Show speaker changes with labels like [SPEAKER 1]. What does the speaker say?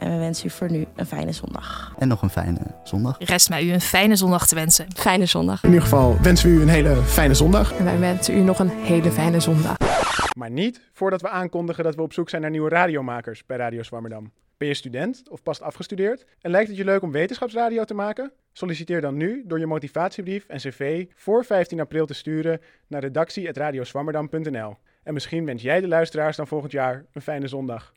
[SPEAKER 1] En we wensen u voor nu een fijne zondag.
[SPEAKER 2] En nog een fijne zondag.
[SPEAKER 3] Rest mij u een fijne zondag te wensen.
[SPEAKER 1] Fijne zondag.
[SPEAKER 4] In ieder geval wensen we u een hele fijne zondag.
[SPEAKER 5] En wij wensen u nog een hele fijne zondag.
[SPEAKER 4] Maar niet voordat we aankondigen dat we op zoek zijn naar nieuwe radiomakers bij Radio Zwammerdam. Ben je student of pas afgestudeerd en lijkt het je leuk om wetenschapsradio te maken? Solliciteer dan nu door je motivatiebrief en cv voor 15 april te sturen naar redactie@radioswammerdam.nl. En misschien wens jij de luisteraars dan volgend jaar een fijne zondag.